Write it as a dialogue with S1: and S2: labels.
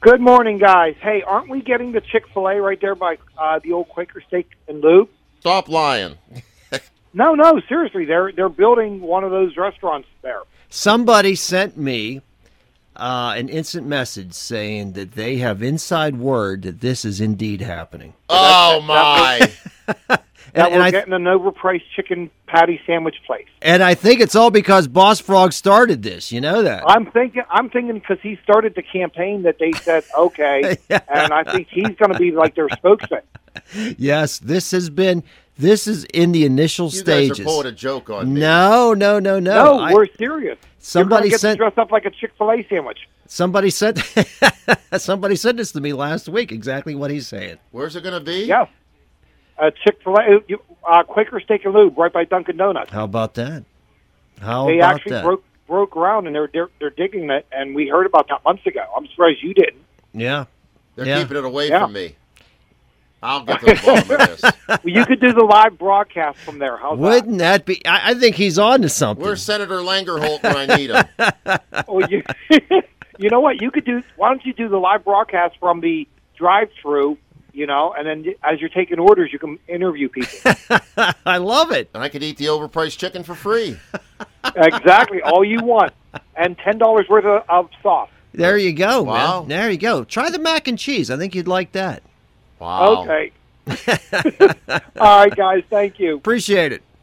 S1: Good morning, guys. Hey, aren't we getting the Chick Fil A right there by uh, the old Quaker Steak and Lube?
S2: Stop lying.
S1: No, no, seriously, they're they're building one of those restaurants there.
S3: Somebody sent me uh, an instant message saying that they have inside word that this is indeed happening.
S2: Oh my!
S1: That
S3: And-
S1: we're
S3: and I-
S1: getting an overpriced chicken patty sandwich place.
S3: And I think it's all because Boss Frog started this. You know that.
S1: I'm thinking, I'm thinking because he started the campaign that they said okay, and I think he's going to be like their spokesman.
S3: yes, this has been. This is in the initial
S2: You guys are
S3: stages.
S2: pulling a joke on me.
S3: no, no, no, no.
S1: No,
S3: I-
S1: we're serious.
S3: Somebody
S1: You're gonna get
S3: sent-
S1: to dress up like a Chick Fil A sandwich.
S3: somebody sent. somebody sent this to me last week. Exactly what he's saying.
S2: Where's it going to be?
S1: Yes, a Chick Fil A uh, Quaker Steak and Lube right by Dunkin' Donuts.
S3: How about that? How
S1: they
S3: about
S1: actually
S3: that?
S1: broke broke ground and they're, they're they're digging it, and we heard about that months ago. I'm surprised you didn't.
S3: yeah.
S2: They're
S3: Yeah.
S2: keeping it away
S1: Yeah.
S2: from me. I'll get to the bottom of this.
S1: Well, you could do the live broadcast from there. How's
S3: Wouldn't that be? I, I think he's on to something.
S2: Where's Senator Langerholt when I need him?
S1: that? Or Oh, you, you know what? You could do. Why don't you do the live broadcast from the drive-through? You know, and then as you're taking orders, you can interview people.
S3: I love it.
S2: And I could eat the overpriced chicken for free.
S1: exactly all you want, and ten dollars worth of, of sauce.
S3: There you go,
S2: Wow.
S3: man. There you go. Try the mac and cheese. I think you'd like that.
S2: Wow.
S1: Okay. all right, guys. Thank you.
S3: Appreciate it.